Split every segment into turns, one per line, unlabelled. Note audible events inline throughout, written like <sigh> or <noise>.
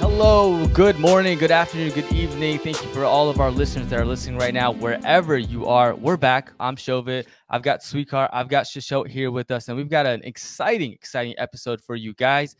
Hello, good morning, good afternoon, good evening. Thank you for all of our listeners that are listening right now, wherever you are. We're back. I'm Shovit. I've got Sweetcar. I've got Shishot here with us, and we've got an exciting, exciting episode for you guys.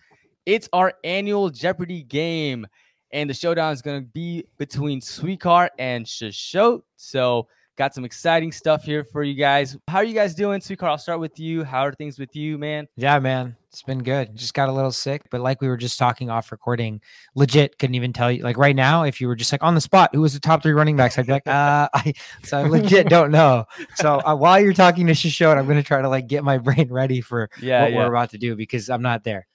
It's our annual Jeopardy game, and the showdown is going to be between Sweetcar and Shishot. So, got some exciting stuff here for you guys. How are you guys doing, Sweetcar? I'll start with you. How are things with you, man?
Yeah, man, it's been good. Just got a little sick, but like we were just talking off recording, legit couldn't even tell you. Like right now, if you were just like on the spot, who was the top three running backs? I'd be like, uh, <laughs> I, so I legit don't know. So uh, while you're talking to Shishon, I'm gonna try to like get my <laughs> brain ready for
Yeah,
what we're about to do because I'm not there.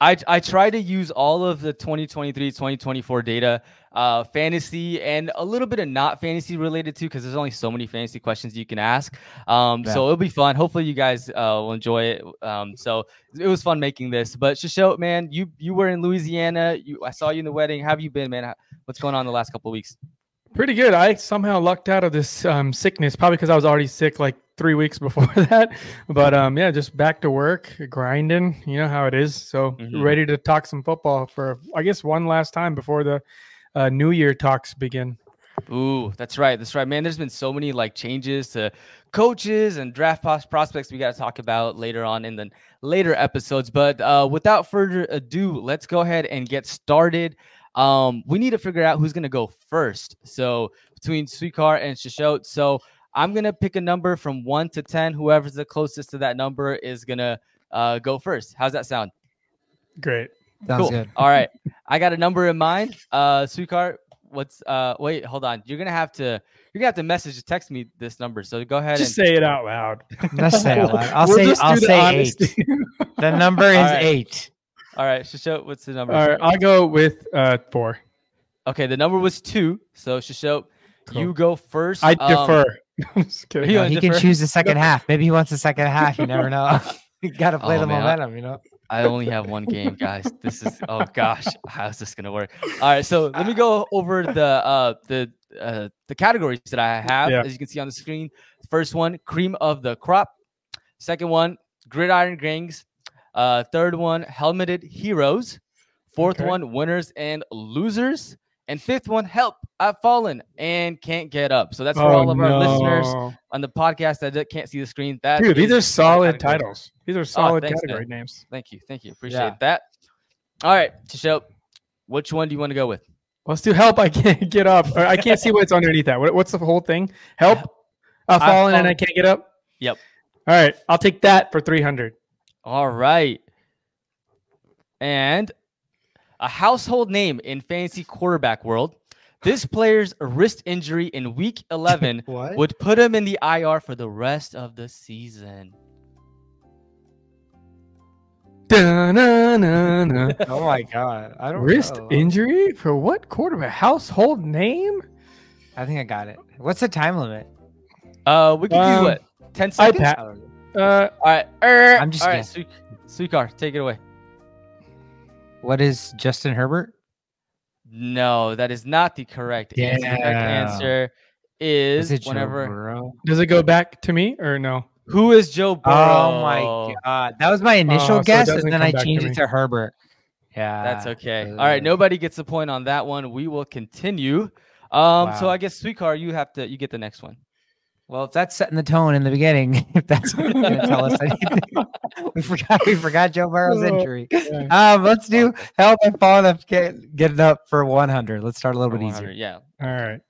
I, I try to use all of the 2023 2024 data, uh, fantasy, and a little bit of not fantasy related too, because there's only so many fantasy questions you can ask. Um,
Yeah.
So it'll be fun. Hopefully, you guys uh, will enjoy it. Um, so it was fun making this. But Shishot, man, you you were in Louisiana. You I saw you in the wedding. How have you been, man? How- What's going on the last couple of weeks?
Pretty good. I somehow lucked out of this um, sickness, probably because I was already sick like three weeks <laughs> before that. But um, yeah, just back to work, grinding. You know how it is. So
Mm-hmm.
Mhm.
ready to talk some football for, I guess, one last time before the uh, New Year talks begin.
Ooh, that's right. That's right, man. There's been so many like changes to coaches and draft pos- prospects we got to talk about later on in the later episodes. But uh, without further ado, let's go ahead and get started. Um, we need to figure out who's going to go first. So between Sweetcar and Shishot. So I'm going to pick a number from one to 10. Whoever's the closest to that number is going to uh, go first. How's that sound?
Great.
Sounds good.
All right. I got a number in mind. Uh sweetheart, what's uh wait, hold on. You're gonna have to you're gonna have to message text me this number. So go ahead
Just
and
say it out loud.
Let's say
<laughs>
out loud. I'll
We'll
say
just do
I'll
the
say
honesty.
eight. The number is
right.
eight.
all right, Shishot, what's the number?
<laughs> All right, I'll go with uh, four.
Okay, the number was two. So Shishot,
Cool.
you go first.
I
Um,
defer. <laughs> I'm just
You wanna
kidding.
No, Uh, he can
defer?
choose the
<laughs>
second half. Maybe he wants the second half. You never know. <laughs> you gotta play
Oh,
the
man, I-
momentum. You know.
I only have one game, guys. This is oh gosh, how's this gonna work? All right, so
<laughs>
let me go over the uh the uh the categories that I have
Yeah.
as you can see on the screen. First one, cream of the crop. Second one, gridiron gangs. Uh, third one, helmeted heroes. Fourth
Okay.
one, winners and losers. And fifth one, help! I've fallen and can't get up. So that's for all of our listeners
Oh, no.
on the podcast that d- can't see the screen. That
Dude, these
is
are
the
solid
categories.
titles. These are solid
Oh, thanks, man.
category names.
Thank you. Thank you. Appreciate
Yeah.
that. All right, Tisho, which one do you want to go with?
Let's do help. I can't <laughs> get up. Or I can't see what's underneath that. What, what's the whole thing? Help. I've
I've
fallen
fallen.
and I can't get up.
Yep.
All right. I'll take that for 300.
All right. And a household name in fantasy quarterback world. This player's wrist injury in
<laughs>
week 11
What?
would put him in the IR for the rest of the season.
Da-na-na-na.
Oh my god. I don't
Wrist
know.
injury for what quarterback? Household name?
I think I got it. What's the time limit?
Uh, we can do
Um,
what? 10 seconds?
iPad.
I don't know.
Uh,
All right. er,
I'm just
all right, Suk- Sukar, take it away.
What is Justin Herbert?
No, that is not the correct answer. The correct
Damn.
answer is,
Is it Joe
whenever.
Burrow?
does it go back to me or no?
Who is Joe Burrow?
Oh my god. That was my
Oh, so
initial
it
guess,
doesn't
and then
come
I
back to
changed
me.
it to Herbert. Yeah.
That's okay. All right,
uh,
nobody gets a point on that one. We will continue. Um, so
Wow.
I guess Sweetcar, you have to you get the next one.
Well, if that's setting the tone in the beginning, <laughs> if that's going to tell us anything, <laughs> we forgot we forgot Joe Burrow's
Oh.
injury. Um, let's do help and fall up get getting up for 100. Let's start a little
For
bit
100,
easier.
Yeah.
All right.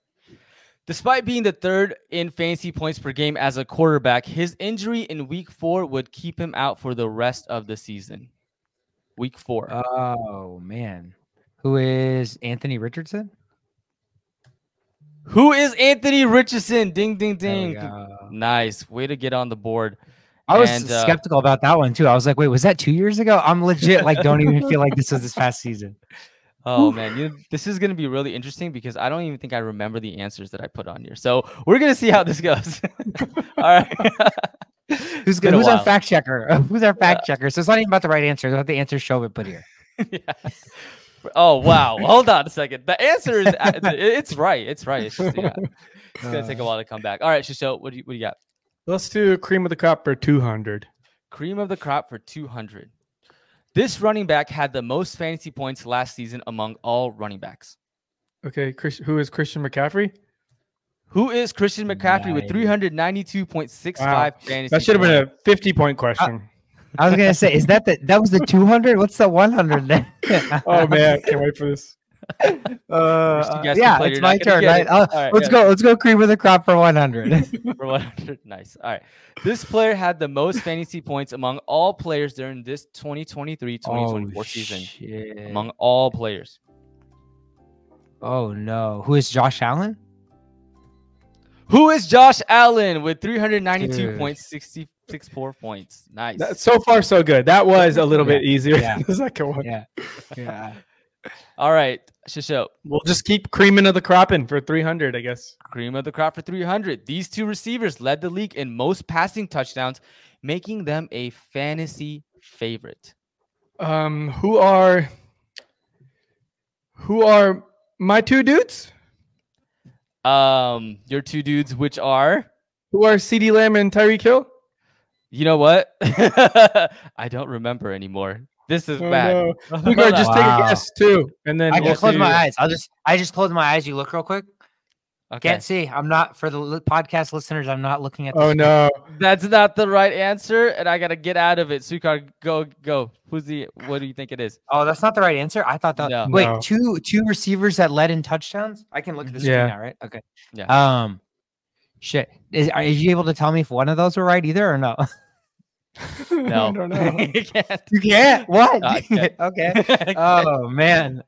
Despite being the third in fantasy points per game as a quarterback, his injury in week four would keep him out for the rest of the season. Week four.
Oh man, who is Anthony Richardson?
Who is Anthony Richardson? Ding ding
There
ding.
we go.
Nice. Way to get on the board.
I was
And, uh,
skeptical about that one too. I was like, wait, was that two years ago? I'm legit like, don't even feel like this was this
<laughs>
past season.
Oh man, you, this is gonna be really interesting because I don't even think I remember the answers that I put on here. So we're gonna see how this goes. <laughs> All right. <laughs>
Who's
Been
good?
a
Who's our
while.
fact checker? <laughs> Who's our fact checker? So it's not even about the right answer. It's about the answer show it put here.
Yeah. Oh wow! Hold on a second. The answer is a- it- it's right. It's right. It's just yeah. It's gonna take a
Uh,
while to come back. All right, Shisho, what do you what do you got?
Let's do cream of the crop for 200.
Cream of the crop for two hundred. This running back had the most fantasy points last season among all running backs.
Okay, Chris, who is Christian McCaffrey?
Who is Christian McCaffrey with
Nice.
392.65 fantasy?
That should have
points?
been a 50 point question.
I was gonna say, is that the that was the two hundred? What's the one hundred then? <laughs>
oh man, I can't wait for this.
First you guys can
uh, yeah,
play,
it's
you're not gonna
my turn.
get
Right?
it.
Uh,
All Uh, right,
let's
yeah.
go. Let's go. Cream of the crop for one hundred.
for 100. Nice. All right. This player had the most fantasy points among all players during this 2023 2024 season.
Oh, Shit.
Among all players.
Oh no, who is Josh Allen?
Who is Josh Allen with 392.64 points? Nice.
That- so far, so good. That was a little
Yeah,
bit easier
yeah.
<laughs> than the second
<laughs>
one.
Yeah, yeah.
all right. Shisho,
We'll just keep creaming of the cropping for 300, I guess.
cream of the crop for 300. These two receivers led the league in most passing touchdowns, making them a fantasy favorite.
Um, who are who are my two dudes?
Um, your two dudes, which are,
Who are CD Lamb and Tyreek Hill?
you know what? <laughs> I don't remember anymore. This is
Oh,
bad. <laughs>
no. We gotta just take a
Wow.
guess too, and then
I
we'll
can close
see.
my eyes. I'll just I just close my eyes. You look real quick.
Okay.
Can't see. I'm not for the li- podcast listeners. I'm not looking at. The
Oh
screen.
no!
That's not the right answer, and I gotta get out of it. Sukar, go, go. Who's the? What do you think it is?
Oh, that's not the right answer. I thought that.
No.
Wait,
No.
two two receivers that led in touchdowns. I can look at the screen
Yeah.
now, right? Okay.
Yeah.
Um, shit. Is are you able to tell me if one of those were right either or no?
No,
<laughs> <laughs> I
<laughs>
don't know.
You can't.
You can't. <laughs> What?
I
<laughs>
can't.
okay.
I can't.
oh man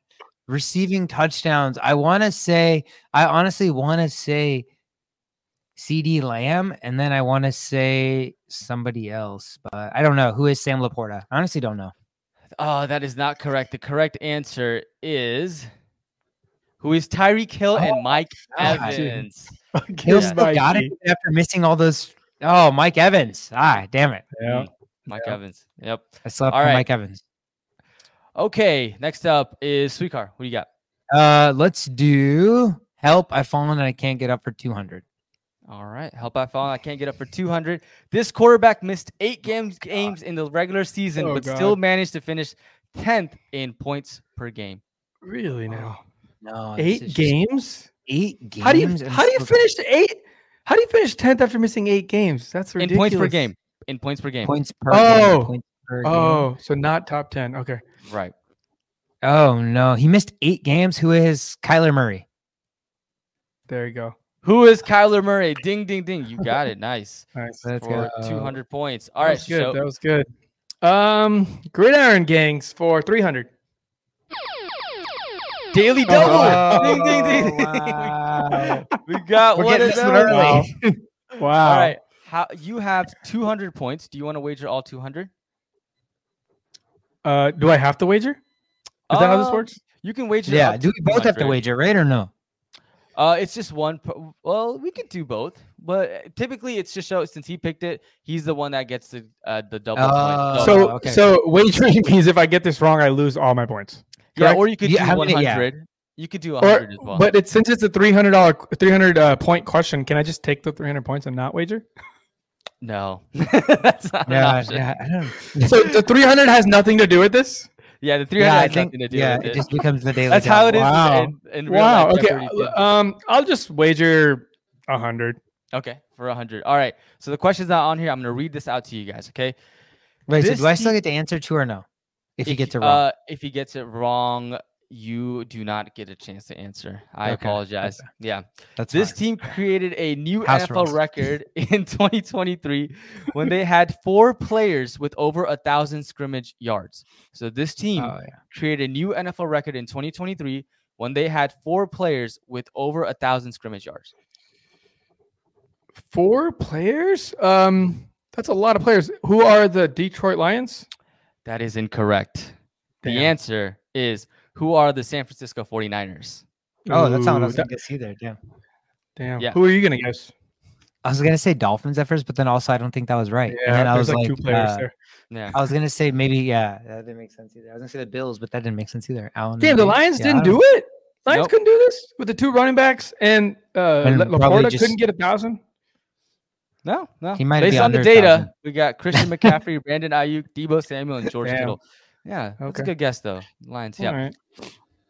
receiving touchdowns i want to say i honestly want to say cd lamb and then i want to say somebody else but i don't know who is sam laporta i honestly don't know
<laughs> Oh, that is not correct. The correct answer is who is Tyreek Hill
Oh,
and Mike
God.
Evans.
Hill
Yeah.
still got it after missing all those oh mike evans ah damn it
Yeah.
Mike
Yeah.
Evans. Yep.
i slept
All
on
right.
mike evans
Okay. Next up is Sweetcar. What do you got?
uh let's do help i've fallen and i can't get up for 200
All right. Help I found I can't get up for 200. This quarterback missed eight games
Oh,
games in the regular season,
Oh,
but still
God.
managed to finish 10th in points per game.
Really now?
no Oh, this is
Eight
just
games?
eight games
How do you
and
how do you
still-
finish eight? How do you finish tenth after missing eight games? That's
In
ridiculous.
points per game. In points per game.
points per game,
Oh.
points per game.
Oh, so not top ten. Okay.
Right.
Oh no, he missed eight games. Who is Kyler Murray?
There you go.
Who is Kyler Murray? Ding ding ding. You got it. Nice.
Nice.
<laughs> Let's
for
go.
200 points.
That
All right.
was good.
So
that was good. Um, gridiron gangs for three hundred.
Daily
Oh,
Double. ding ding ding. ding.
<laughs> wow.
<laughs> We got
We're
one
getting
of
this one
those.
early.
Wow. <laughs> Wow.
All right. How you have 200 points. Do you want to wager all 200? Is
Uh, do I have to wager? Is that how this works?
Uh, You can wager.
Yeah,
up
do we both have to
200.
wager, right
<laughs>
or no?
Uh, it's just one. per- Well, we could do both, but typically it's just show since he picked it, he's the one that gets the uh, the double.
Oh,
point.
so
okay.
so wagering <laughs> means if I get this wrong, I lose all my points.
yeah,
correct?
or you could
Yeah,
do
how many- yeah.
100. You could do
Or,
100 as well.
but it's since it's a three hundred dollar three hundred uh, point question, can I just take the three hundred points and not
<laughs>
wager?
no, <laughs> that's not an
Yeah,
option. Yeah,
yeah, I
<laughs>
don't.
So the three hundred has nothing to do with this.
the 300
Yeah, I
has
think.
nothing to do
Yeah,
with
it
it.
just becomes the daily.
That's how it is.
Wow.
In, in real
Wow.
life
Okay.
Jeopardy, too.
Um, I'll just wager a hundred.
Okay, for 100. All right. So the question's not on here. I'm going to read this out to you guys, okay?
Wait, so
this
do I still
team-
get to answer two or no? If you get to wrong,
Uh, if he gets it wrong, you do not get a chance to answer. I
Okay,
apologize. Yeah.
uh,
that's
this
fine.
team created a new
House
NFL
rules.
record <laughs> in 2023 when they had four players with over a thousand scrimmage yards. So this team
Oh, yeah.
created a new NFL record in 2023 when they had four players with over a thousand scrimmage yards.
Four players. Um, that's a lot of players. Who are the Detroit Lions?
That is incorrect. The
Damn.
answer is who are the San Francisco 49ers?
Oh, that's not what I
Ooh,
was
that-
gonna guess either. Damn.
Damn.
Yeah.
Who are you gonna guess?
I was gonna say Dolphins at first, but then also I don't think that was right. and then I was
there's
like,
two players
uh,
there.
Yeah.
I was gonna say maybe yeah, that didn't make sense either. I was gonna say the Bills, but that didn't make sense either. Allen and
Damn, the
Diggs.
Lions
Yeah, I
didn't
don't-
do it. Lions
Nope.
couldn't do this with the two running backs and uh,
And
La-
probably
Laporta
just-
couldn't get a thousand.
No, no.
He might
Based
be
on the
under
<laughs>
1,000.
data, we got Christian McCaffrey, Brandon Ayuk, Debo Samuel, and George
Damn.
Kittle. Yeah, that's a
Okay.
good guess though. Lions. Yeah.
All right.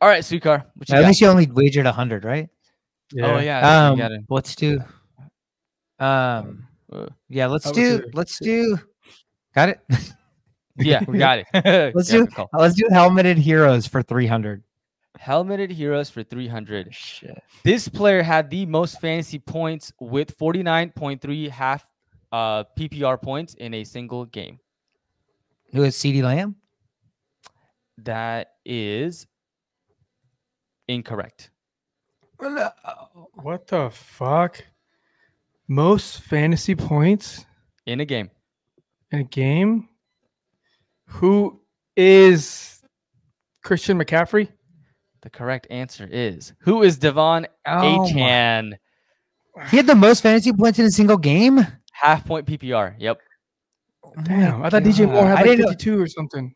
All right, Sweetcar. What you
At
got?
least you only wagered hundred, right?
Oh
Yeah.
yeah. you
Um,
gotta-
let's do. Um,
uh,
yeah, let's
would
do.
say-
Let's do. Got it. <laughs>
yeah, we got it.
Let's
Yeah,
do-
good call.
Let's do helmeted heroes for three hundred.
helmeted heroes for 300.
Shit.
This player had the most fantasy points with 49.3 half uh, PPR points in a single game.
Who is CD Lamb?
That is incorrect.
uh, What the fuck? Most fantasy points
In a game,
in a game? Who is Christian McCaffrey?
the correct answer is who is Devon
Oh my-
Achan?
He had the most fantasy points in a single game.
Half point PPR. Yep.
<laughs>
Damn, I thought DJ Moore
God.
had
I
like
didn't know-
52 or something.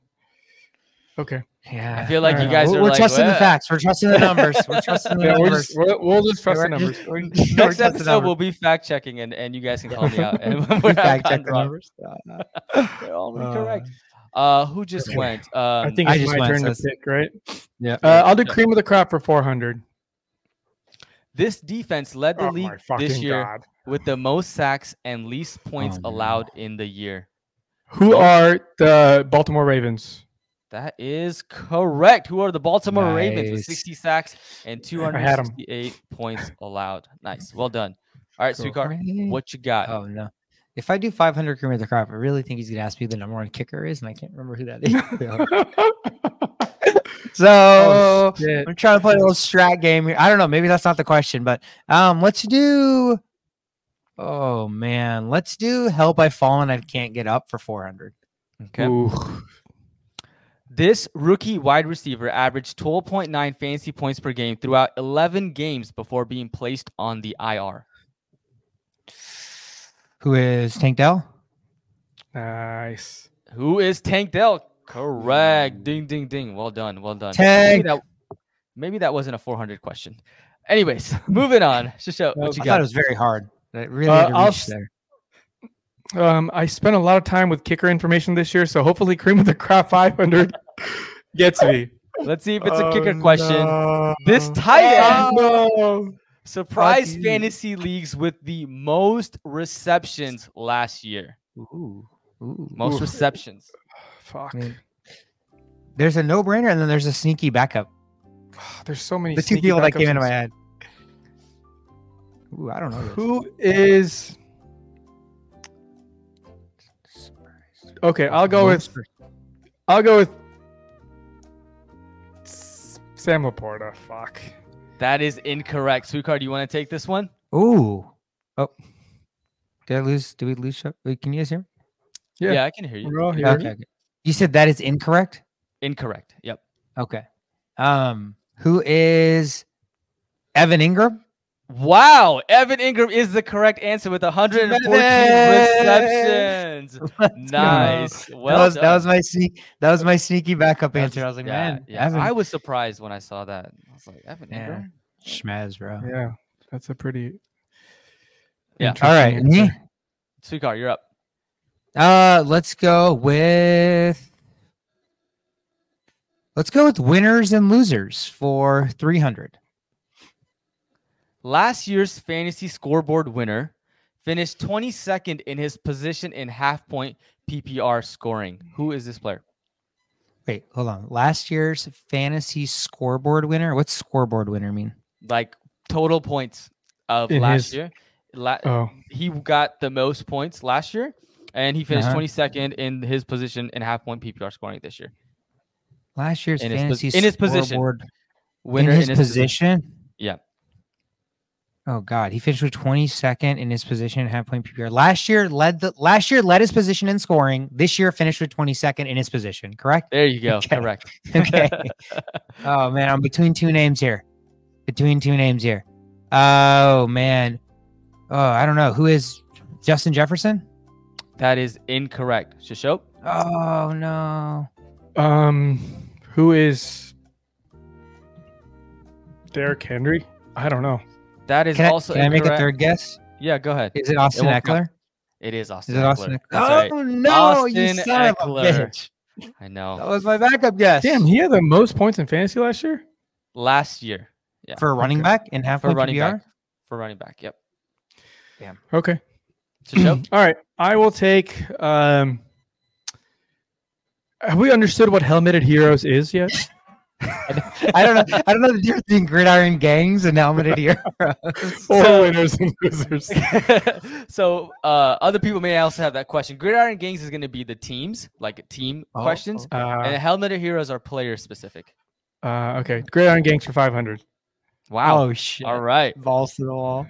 Okay.
Yeah,
feel like
you
alright.
guys
We're,
are
we're
like,
trusting the
"Well."
facts. We're
<laughs>
trusting the numbers. We're trusting the
Yeah, we're
numbers.
just, we're, we'll just trust the
We're
numbers.
just- we're- we're
Next
trusting the
episode, we'll
numbers.
be fact checking and, and you guys can call me
<laughs>
out. <laughs> And
We
<laughs> we're
fact
fact
check
checking.
the numbers.
They're all
Uh,
incorrect. Uh, who just
okay.
went?
I
Um,
think
I
it's
just
my
went,
turn
so
to
it's-
pick, right?
Yeah.
Uh, I'll do
Yeah.
cream of the crop for 400.
This defense led the league this year
Oh God. Oh
with the most sacks and least points
no.
allowed in the year.
Who are the
<laughs>
Baltimore Ravens?
That is correct. Who are the Baltimore Ravens with
Nice.
60 sacks and
had 'em.
268 points allowed? Nice. Well done. All right,
Cool.
Sweetcar, what you got?
Uh,
Oh no. If I do 500 cream of the crop, I really think he's gonna ask me who the number one kicker is, and I can't remember who that
<laughs> Oh,
is. <laughs> so
shit.
I'm trying to play a little strat game here. I don't know. Maybe that's not the question, but um, let's do. Oh man, let's do "Help I Fallen I Can't Get Up" for 400.
Okay.
Ooh.
This rookie wide receiver averaged 12.9 fantasy points per game throughout 11 games before being placed on the IR.
Who is Tank Dell?
Nice.
Who is Tank Dell? Correct. Ding, ding, ding. Well done. Well done. Maybe
Hmm. Tank.
that, maybe that wasn't a 400 question. Anyways, <laughs> moving on.
<laughs>
Shisho, what
was-
you
I thought
got?
it was very hard. It really
Uh,
had to
I'll
reach
s-
there.
Um, I spent a lot of time with kicker information this year, so hopefully, cream of the crop 500 gets me.
Let's see <laughs> if it's a
oh,
kicker question. This tight
Oh,
end
no.
surprised
you.
fantasy leagues with the most receptions last year.
Ooh, ooh.
Most
Oof.
receptions.
Fuck.
Man. There's a no-brainer, and then there's a sneaky backup.
There's so many.
The two
sneaky
people that came
backups
into my
and
head. Ooh, I don't know. this.
Who is okay? I'll go with I'll go with S- Sam Laporta. Fuck.
That is incorrect. Sweetcard, do you want to take this one?
Ooh. Oh. Did I lose? Did we lose? Show? Wait, can you guys hear? me?
Yeah.
yeah I can hear you.
We're all here.
Yeah, Okay, okay. You said that is incorrect.
Incorrect. Yep.
Okay. Um. Who is Evan Ingram?
Wow, Evan Ingram is the correct answer with 114
Evan!
receptions.
<laughs> Let's go.
Nice. Well,
that was that
done.
was my sneak. That was my sneaky backup
That was-
answer. I was like,
yeah,
man,
yeah.
Evan
I was surprised when I saw that. I was like, Evan
Yeah.
Ingram.
Schmez, bro.
Yeah, that's a pretty.
Yeah.
All right,
interesting
me.
answer.
Sweetcard, you're up.
Uh, let's go with. Let's go with winners and losers for three hundred.
Last year's fantasy scoreboard winner finished 22nd in his position in half point PPR scoring. Who is this player?
Wait, hold on. Last year's fantasy scoreboard winner. What's scoreboard winner mean?
Like total points of
In
last
his-
year. La-
Oh,
he got the most points last year, and he finished
Uh-huh.
22nd in his position in half point PPR scoring this year.
Last year's
In his pos-
fantasy
in his position.
scoreboard-
Winner
in his position.
Yeah.
Oh God, he finished with twenty second in his position in half point PPR. Last year led the last year led his position in scoring. This year finished with twenty second in his position. Correct.
There you go.
Okay.
Correct.
<laughs> Okay. oh man, I'm between two names here. Between two names here. Oh man. Oh, I don't know who is Justin Jefferson.
That is incorrect. Shishop,
Oh no.
um, who is Derrick Henry? I don't know.
that is
Can, I,
also
can I make a
incorrect.
third guess?
Yeah, go ahead.
Is it Austin
won't
Eckler?
count. It is Austin.
Is it Austin?
Eckler.
Eckler?
That's right.
Oh no, you
Austin
son of a
Eckler.
bitch.
I know.
That was my backup guess.
Damn, he had the most points in fantasy last year.
Last year Yeah,
for a running
okay.
back in half
for
point
running
PPR?
back. For running back. Yep.
<clears throat>
Okay.
To show.
All right, I will take. Um, have we understood what helmeted heroes is yet?
I don't know. I don't know the difference between gridiron gangs and
<laughs>
helmeted heroes.
<laughs> Or winners and losers.
<laughs>
<laughs> so uh, other people may also have that question. Gridiron Gangs is going to be the teams, like team
Oh,
questions,
Uh,
and Helmeted Heroes are player specific.
uh, okay, Gridiron Gangs for five hundred.
Wow.
Oh shit!
All right.
Balls to the wall.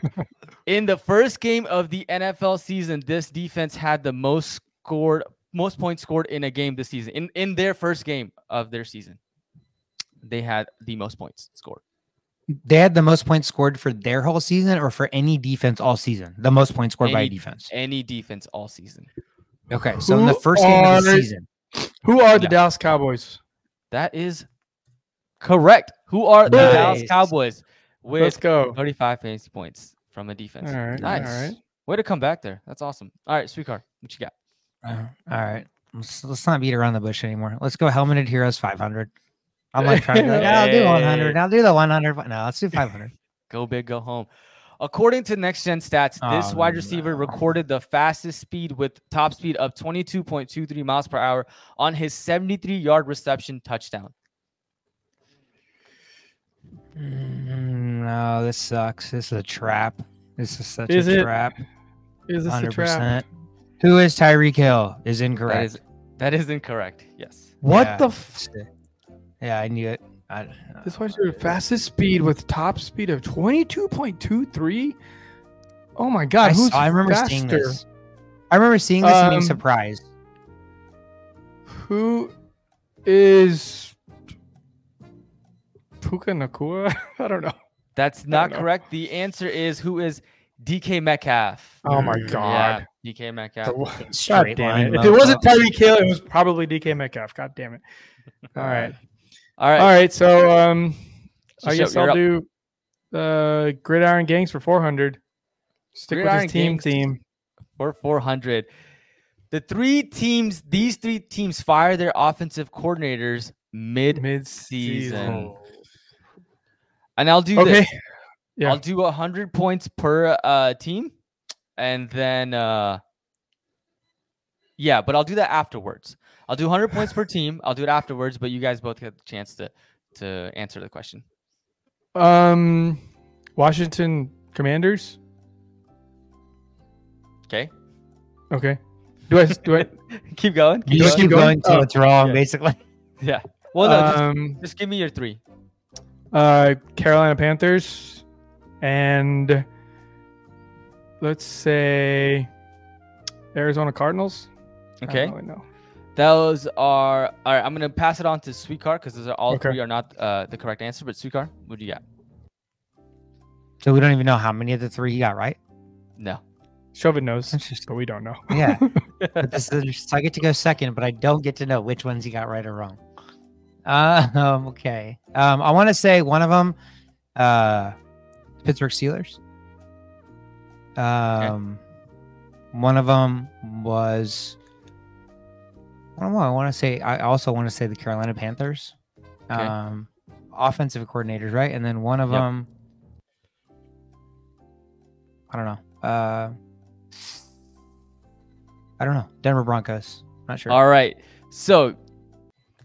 In the first game of the NFL season, this defense had the most scored, most points scored in a game this season. In in their first game of their season, they had the most points scored.
They had the most points scored for their whole season, or for any defense all season. The most points scored by a
Any-
defense.
Any defense all season.
Okay, so in the
Who
first game of the
are-
season,
Who are the
Yeah.
Dallas Cowboys?
That is correct. Who are the Dallas
Nice.
Cowboys
Let's
with
go.
35 fantasy points from a defense?
All right, all
Nice.
right.
Way to come back there. That's awesome. All right, sweetheart, what you got?
Uh, all right, let's, let's not beat around the bush anymore. Let's go helmeted heroes 500. I'm like trying to be
<laughs>
like, "Yeah, I'll do 100.
Hey.
I'll do the 100. No, let's
<laughs>
do 500.
Go big, go home. According to next gen stats, this
Oh,
wide receiver
no.
recorded the fastest speed with top speed of 22.23 miles per hour on his 73 yard reception touchdown.
Mm, no, this sucks. This is a trap. This is such
Is
a
it
trap.
Is this a
100%.
trap?
Who is Tyreek Hill? Is
That
incorrect.
is that is incorrect. Yes.
What
Yeah.
the? F-
yeah, I knew it. I,
this was your fastest speed with top speed of twenty two point two three. Oh my God!
I,
who's
saw- I remember
faster?
seeing this. I remember seeing this and being
Um,
surprised.
Who is Puka Nakua? <laughs> I don't know.
That's not
know.
correct. The answer is who is DK Metcalf?
Oh my
Mm,
God.
Yeah, DK Metcalf.
The wa- <laughs> God
Straight
damn
line
it. If it wasn't
mofo.
Tyreek Hill, it was probably DK Metcalf. God
<laughs>
damn it. All right.
All right.
All right. So um, I
Shisho,
guess
you're
I'll
up.
do uh, Gridiron Gangs for 400. Stick with
Gridiron
his team
Gangs.
theme.
for 400. The three teams, these three teams fire their offensive coordinators mid.
Mid
Season.
season.
And I'll do
Okay.
this.
Yeah.
I'll do 100 points per uh, team. And then, uh, yeah, but I'll do that afterwards. I'll do 100 points per team. I'll do it afterwards, but you guys both get the chance to, to answer the question.
Um, Washington Commanders.
Okay. <laughs>
Okay. Do I? Do I?
Keep going.
You just
keep
keep going
going?
until
Oh,
it's wrong,
yeah.
basically. <laughs>
Yeah. <laughs> Well, no, just,
um,
just give me your three.
uh, Carolina Panthers, and let's say Arizona Cardinals. I don't
Okay.
really know.
Those are all right. I'm gonna pass it on to Sweetcar because those are all
Okay.
three are not uh, the correct answer. But Sweetcar, what do you got?
So we don't even know how many of the three he got right.
No.
Chauvin knows,
Interesting.
but we don't know. <laughs>
Yeah. but this is, so I get to go second, but I don't get to know which ones he got right or wrong. Uh, <laughs> um, okay. Um, I want to say one of them, uh, Pittsburgh Steelers. Um, one of them was. I don't know. I want to say. I also want to say the Carolina Panthers.
Okay.
Um, offensive coordinators, right? And then one of
Yep.
them. I don't know. Uh, I don't know. Denver Broncos. Not sure.
All right. So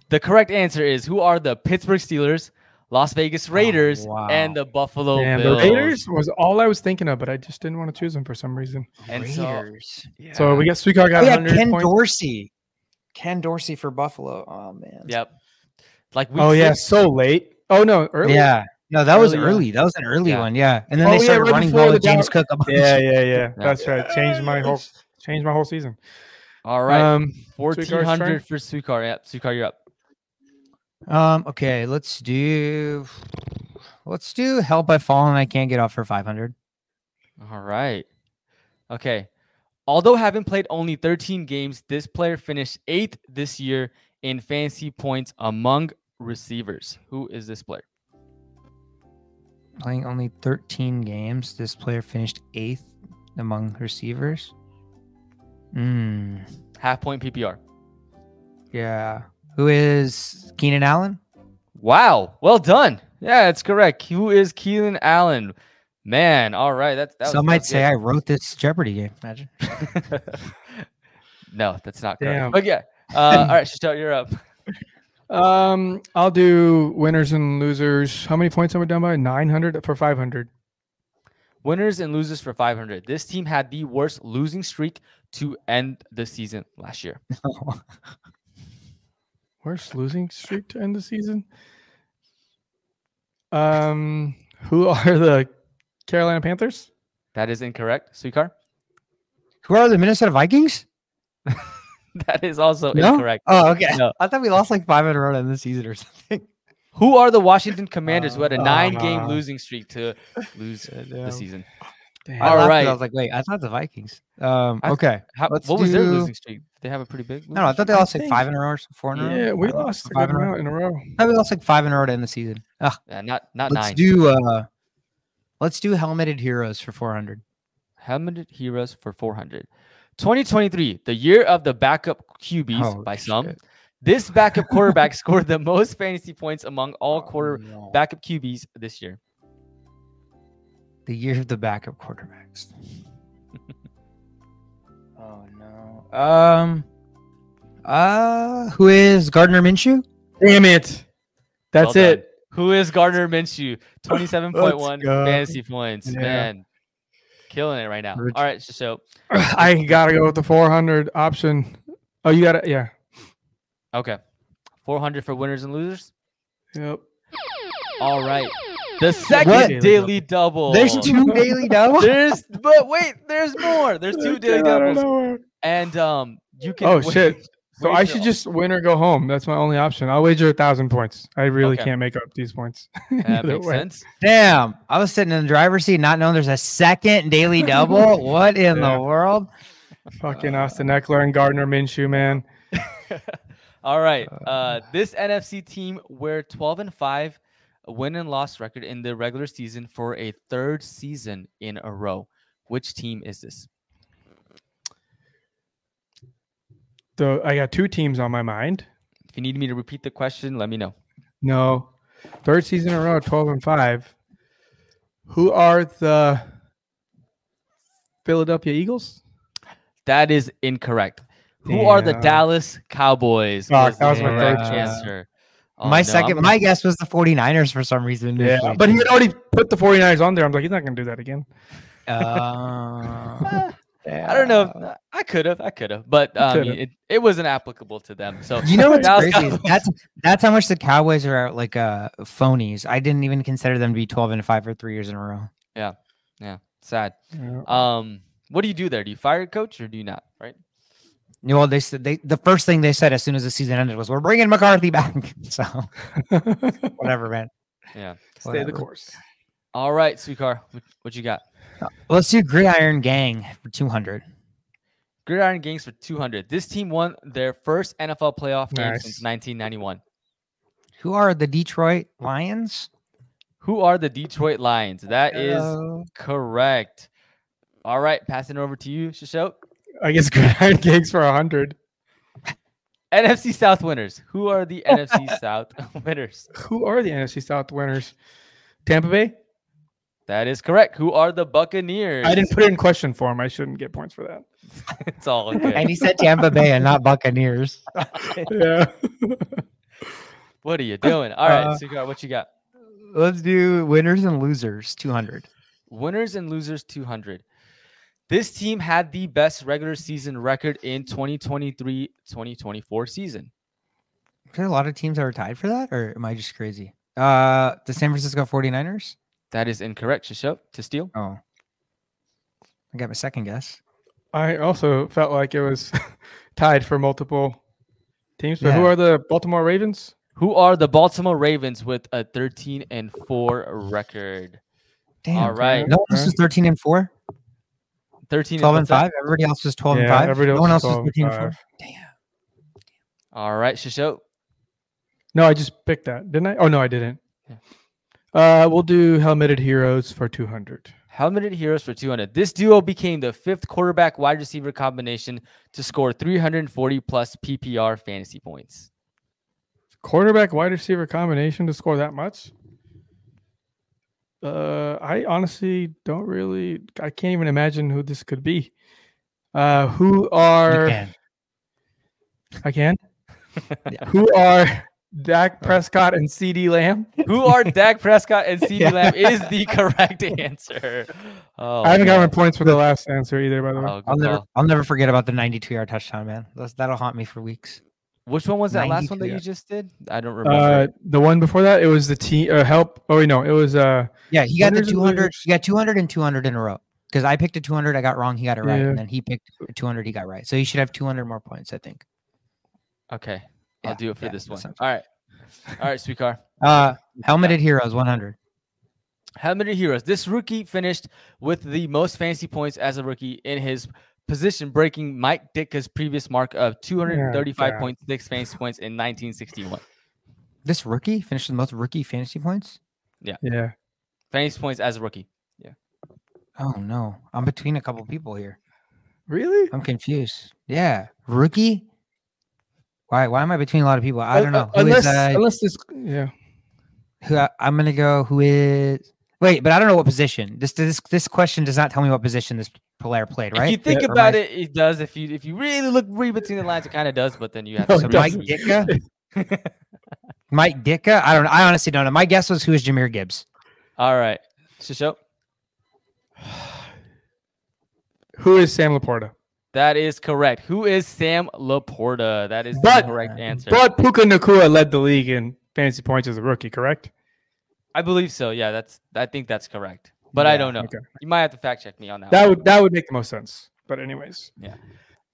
the correct answer is who are the Pittsburgh Steelers, Las Vegas Raiders, and
wow.
the Buffalo
Damn, the
Bills.
Raiders was all I was thinking of, but I just didn't want to choose them for some reason.
And so-
So we got Sweetcar got
we had
100
Oh, Ken
points.
Dorsey. Ken Dorsey for Buffalo. Oh man.
Yep. Like we.
oh yeah, so late. Oh no, early.
Yeah. No, that was
Early, yeah.
early. That was an early
Yeah.
one. Yeah. And then
Oh,
they
yeah,
started
right
running
before
ball
the
with James Cook. A bunch.
<laughs> yeah, yeah, yeah. That's right. Changed my whole changed my whole season.
All right.
Um, Sweetcar's turn.
1400 for Sweetcar. Yep. Sweetcar, you're up.
Um. Okay. Let's do. Let's do Hell by Fallen. I can't get off for 500.
All right. Okay. Although having played only 13 games, this player finished eighth this year in fantasy points among receivers. Who is this player?
Playing only 13 games, this player finished eighth among receivers. Hmm.
Half point PPR.
Yeah.
Who is Keenan Allen?
Wow. Well done. Yeah, that's correct. Who is Keelan Allen? Man, all right. That's that was-
Some
that
might
was
say
good.
I wrote this Jeopardy game. Imagine. <laughs>
<laughs> no, that's not correct.
Damn.
But yeah.
<laughs>
Uh, all right, Shishel, you're up.
Um, I'll do winners and losers. How many points am I down by? Nine hundred for five hundred.
Winners and losers for 500. This team had the worst losing streak to end the season last year.
Worst losing streak to end the season. Um, who are the Carolina Panthers?
That is incorrect, Sweetheart.
Who are the Minnesota Vikings?
<laughs> That is also
No?
incorrect.
Oh, okay.
No.
I thought we lost like five in a row in the season E or <laughs> something.
Who are the Washington Commanders who had a
Uh,
nine game
uh,
losing streak to lose
damn.
the season?
Damn.
I
All
laughed 'cause
right.
I was like, wait, I thought the Vikings. Um,
I-
okay.
How, what
Let's
was their
do-
losing streak? Did they have a pretty big.
No, no, I
losing
thought they
I
lost like
think-
five in a row, or four in a row.
Yeah, we
Five in a row,
lost a
five
good
in a row.
amount in a row.
I thought we lost like five in a row to end the season. E Ugh,
streak? Uh, not not
let's
nine.
do uh, let's do helmeted heroes for four hundred.
Helmeted Heroes for 400. 2023, the year of the backup QBs
Oh,
by some.
shit.
This backup
<laughs>
quarterback scored the most fantasy points among
Oh,
all quarter backup QBs this year.
The year of the backup quarterbacks.
<laughs>
oh no. Um. Uh, who is Gardner Minshew?
Damn it. That's
Well
it.
done. Who is Gardner
<laughs>
Minshew? 27.1
go.
fantasy points.
Yeah.
Man, killing it right now.
Rich-
All right, so
I gotta go with the four hundred option. Oh, you gotta yeah.
okay. 400 for winners and losers.
Yep.
All right. The second
What?
daily double.
There's two daily
<laughs>
doubles.
There's but wait, there's more.
<laughs>
There's two daily
Came out of
doubles.
nowhere.
And um you can
Oh
win-
shit.
<laughs>
So I
wager
should
on-
just win or go home. That's my only option. I'll wager a thousand points. I really
Okay.
can't make up these points. <laughs>
That
Either
makes
way.
sense. <laughs>
Damn, I was sitting in the driver's seat, not knowing there's a second daily
<laughs>
double. what in
Yeah.
the world?
Fucking
Uh,
Austin Eckler and Gardner Minshew, man.
All right. Uh, this NFC team were 12 and 5, a win and loss record in the regular season for a third season in a row. Which team is this?
So I got two teams on my mind.
If you need me to repeat the question, let me know.
No, third season in a row, twelve and five. Who are the Philadelphia Eagles?
That is incorrect. Who are the
Damn.
Dallas Cowboys?
Fuck,
the
that was
Oh, my
correct
third choice.
answer. Oh,
my
no,
2nd
I'm gonna- <laughs>
my guess was the 49ers for some reason. initially.
but he had already put the 49ers on there. I'm like, he's not gonna do that again.
<laughs>
Uh,
Ah, I don't know. if- I could have. I could have. But I mean,
Coulda.
it, it wasn't applicable to them. So <laughs>
You know what's
Dallas
crazy? is That's that's how much the Cowboys are like uh phonies. I didn't even consider them to be 12 and 5 for 3 years in a row.
Yeah, sad.
Yeah.
Um, what do you do there? Do you fire your coach or do you not? Right?
You know, they said they the first thing they said as soon as the season ended was we're bringing McCarthy back. <laughs> So whatever, man.
Yeah.
Stay the
Whatever.
course.
All right, Sweetheart, what, what you got?
Let's do Gridiron Gang for 200.
Gridiron Gangs for 200. This team won their first NFL playoff game since
Nice.
1991.
Who are the Detroit Lions?
Who are the Detroit Lions? That is
Uh,
correct. All right, passing it over to you, Shishote.
I guess <laughs> gridiron gigs for hundred.
NFC South winners. Who are the NFC South winners?
Who are the NFC South winners? Tampa Bay.
That is correct. Who are the Buccaneers?
I didn't put it in question form. I shouldn't get points for that.
<laughs> It's all good.
and he said Tampa Bay and not Buccaneers.
Yeah.
What are you doing? All right,
Uh,
Sweetheart, what you got?
Let's do winners and losers 200.
Winners and losers 200. This team had the best regular season record in 2023-2024 season.
Are there a lot of teams that are tied for that, or am I just crazy? Uh, the San Francisco 49ers.
That is incorrect, Shisho. To steal.
Oh, I got my second guess.
<laughs> I also felt like it was <laughs> tied for multiple teams. But who
Yeah.
are the Baltimore Ravens?
Who are the Baltimore Ravens with a 13 and 4 record?
Damn,
All right.
No, this was 13 and 4,
13
12 and
what's that?
5. Everybody else was 12 and
Yeah,
5.
everybody
No one
else
else
was
was 13 and
12 and
4.
All right, Shisho.
No, I just picked that, didn't I? Oh no, I didn't.
Yeah.
Uh, we'll do helmeted heroes for two hundred.
helmeted heroes for 200. This duo became the fifth quarterback wide receiver combination to score 340 plus PPR fantasy
<laughs>
points.
Quarterback wide receiver combination to score that much. Uh, I honestly don't really. I can't even imagine who this could be. Uh, who are
You can.
I can?
<laughs> Yeah. Uh,
Who are Dak Prescott and CD Lamb?
oh,
Who are Dak Prescott and CeeDee
Yeah.
Lamb is the correct
<laughs>
answer. Oh,
I haven't
man.
gotten points for the last answer either, by the way. Uh,
Oh, good
I'll never,
call.
I'll never forget about the 92 yard touchdown, man. That's, that'll haunt me for weeks.
Which one was that last one
92,
that
yeah.
you just did? I don't remember.
Uh, the one before that, it was the team uh, help. Oh, wait, no, it was uh,
Yeah, he got the
Winners and
200.
losers.
He got 200 and 200 in a row because I picked a 200, I got wrong, he got it right,
Yeah.
and then he picked a 200, he got right. So he should have 200 more points, I think.
okay, I'll
yeah,
do it for
yeah,
this
that
one.
sounds
All
<laughs>
right, all right, Sweetcar.
Uh, helmeted heroes 100.
Helmeted Heroes. This rookie finished with the most fantasy points as a rookie in his position, breaking Mike Ditka's previous mark of 235.6 fantasy points in 1961.
This rookie finished with the most rookie fantasy points.
yeah,
Fantasy points as a rookie.
Oh no, I'm between a couple people here.
really?
I'm confused. Yeah, rookie. Why? Why am I between a lot of people? I don't know. Who is
Unless,
uh,
unless this, yeah,
who I, I'm gonna go? Who is? Wait, but I don't know what position. This this this question does not tell me what position this player played. Right?
If you think
Or am
about
I-
it, it does. If you if you really look read between the lines, it kind of does. But then you have
No,
to
So
it
really
Mike
doesn't.
read.
Ditka. <laughs> Mike Ditka. I don't. I honestly don't know. My guess was who is Jameer Gibbs.
<laughs> All right, Shisho.
who is Sam Laporta?
That is correct. Who is Sam Laporta? That is
But-
the correct answer.
But Puka Nakua led the league in fantasy points as a rookie, correct?
I believe so. Yeah, that's. I think that's correct. But I
Yeah,
don't know.
okay.
You might have to fact check me on that. one.
That would that would make the most sense. But anyways,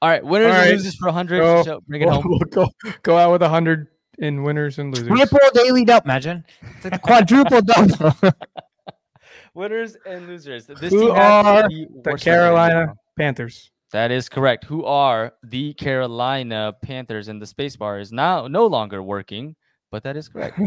All right, winners
All
and
right,
losers for 100.
go.
So bring it home.
We'll <laughs> go go out with a hundred in winners and losers.
Triple daily double. Imagine It's like quadruple double.
Winners and losers. This
Who
team has
are
the worst
The
record in
Carolina
NFL.
Panthers.
That is correct. Who are the Carolina Panthers? And the space bar is now no longer working, but that is
<laughs>
correct.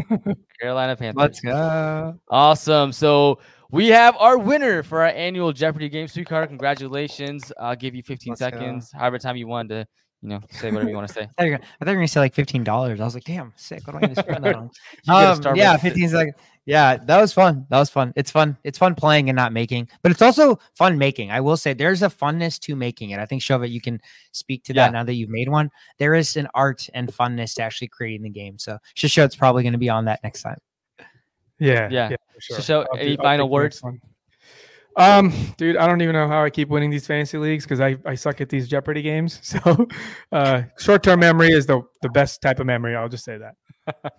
Carolina Panthers.
Let's go.
Awesome. So we have our winner for our annual Jeopardy game. Sweetheart, congratulations. I'll give you 15
Let's go.
seconds, however time you want to, you know, say whatever you want to
<laughs>
say.
I thought you were gonna- I thought you were gonna say like fifteen dollars. I was like, damn, sick. What am I gonna spend that on?
You get a
Um,
Starbucks
yeah,
sit-
fifteen seconds. Yeah, that was fun. That was fun. It's fun. It's fun playing and not making, but it's also fun making. I will say there's a funness to making it. I think Shova, you can speak to
Yeah.
that now that you've made one. There is an art and funness to actually creating the game. So Shishot's probably gonna be on that next time.
Yeah.
Yeah.
for sure.
So,
I'll
any
I'll
final
take the
words?
next one. Um, dude, I don't even know how I keep winning these fantasy leagues because I, I suck at these Jeopardy games. <laughs> So, uh, short term memory is the the best type of memory. I'll just say that.
Yeah,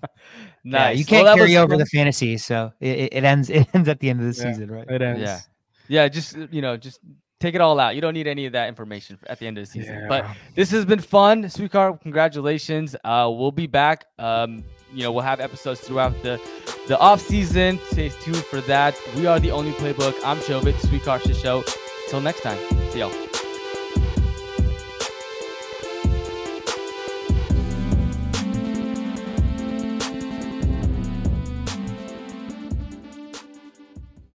nice.
you
Well,
can't
that
carry
was
over
fun.
the fantasy, so it- it, it ends. <laughs> It ends at the end of the
Yeah.
season, right?
It ends.
Yeah. Yeah, just, uh, you know, just take it all out. You don't need any of that information at the end of the season. But
Yeah.
this has been fun sweetheart congratulations uh we'll be back um you know we'll have episodes throughout the the off season stay tuned for that we are the only playbook i'm Chovit, sweetheart show till next time see y'all